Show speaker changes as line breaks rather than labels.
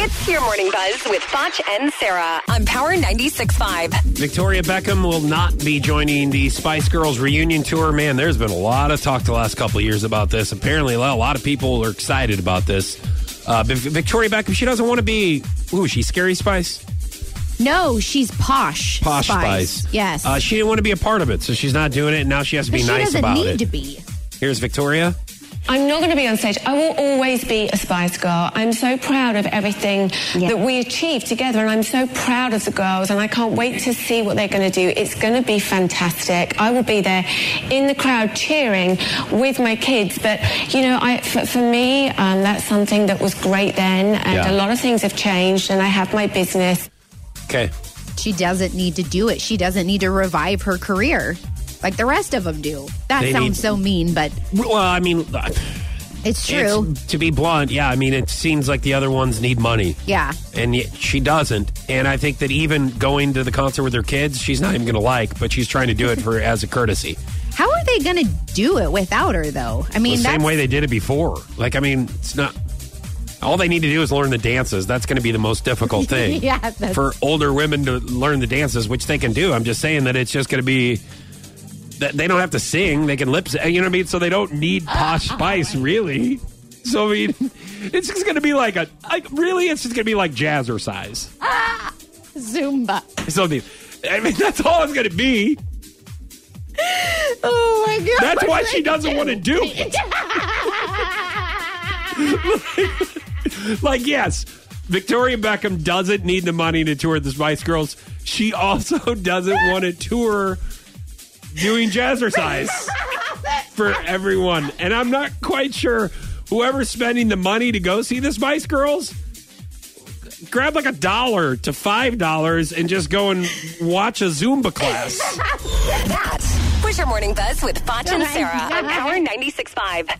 It's your morning buzz with Foch and Sarah on Power 96.5.
Victoria Beckham will not be joining the Spice Girls reunion tour. Man, there's been a lot of talk the last couple of years about this. Apparently, a lot- a lot of people are excited about this. Uh, but Victoria Beckham, she doesn't want to be. Ooh, she's Scary Spice,
No, she's posh.
Posh Spice.
Yes.
Uh, she didn't want to be a part of it, so she's not doing it. And now she has to
but
be
she
nice
doesn't
about
need
it.
to be.
Here's Victoria.
I'm not going to be on stage. I will always be a Spice Girl. I'm so proud of everything that we achieved together, and I'm so proud of the girls, and I can't wait to see what they're going to do. It's going to be fantastic. I will be there in the crowd cheering with my kids. But, you know, I, for, for me, um, that's something that was great then, and
Yeah.
a lot of things have changed, and I have my business.
Okay.
She doesn't need to do it. She doesn't need to revive her career like the rest of them do. That
They
sounds
need-
so mean, but
Well, I mean,
it's true.
it's- to be blunt, yeah, I mean, it seems like the other ones need money.
yeah.
and yet she doesn't. And I think that even going to the concert with her kids, she's not even going to like, but she's trying to do it for as a courtesy.
How are they going to do it without her, though? I mean,
the
that's,
same way they did it before. Like, I mean, it's not. All they need to do is learn the dances. That's going to be the most difficult thing
Yeah, that's-
for older women to learn the dances, which they can do. I'm just saying that it's just going to be that they don't have to sing; they can lip. sync. You know what I mean? So they don't need
Uh,
posh spice, really. So I mean, it's just going to be like a like, really. It's just going to be like jazzercise.
Zumba.
something. I mean, that's all it's going to be.
Oh my god!
That's why she doesn't want to do it. Like, yes, Victoria Beckham doesn't need the money to tour the Spice Girls. She also doesn't want to tour doing jazzercise for everyone. And I'm not quite sure whoever's spending the money to go see the Spice Girls. Grab like a dollar to five dollars and just go and watch a Zumba class.
That was your morning buzz with Foch and Sarah on Power 96.5.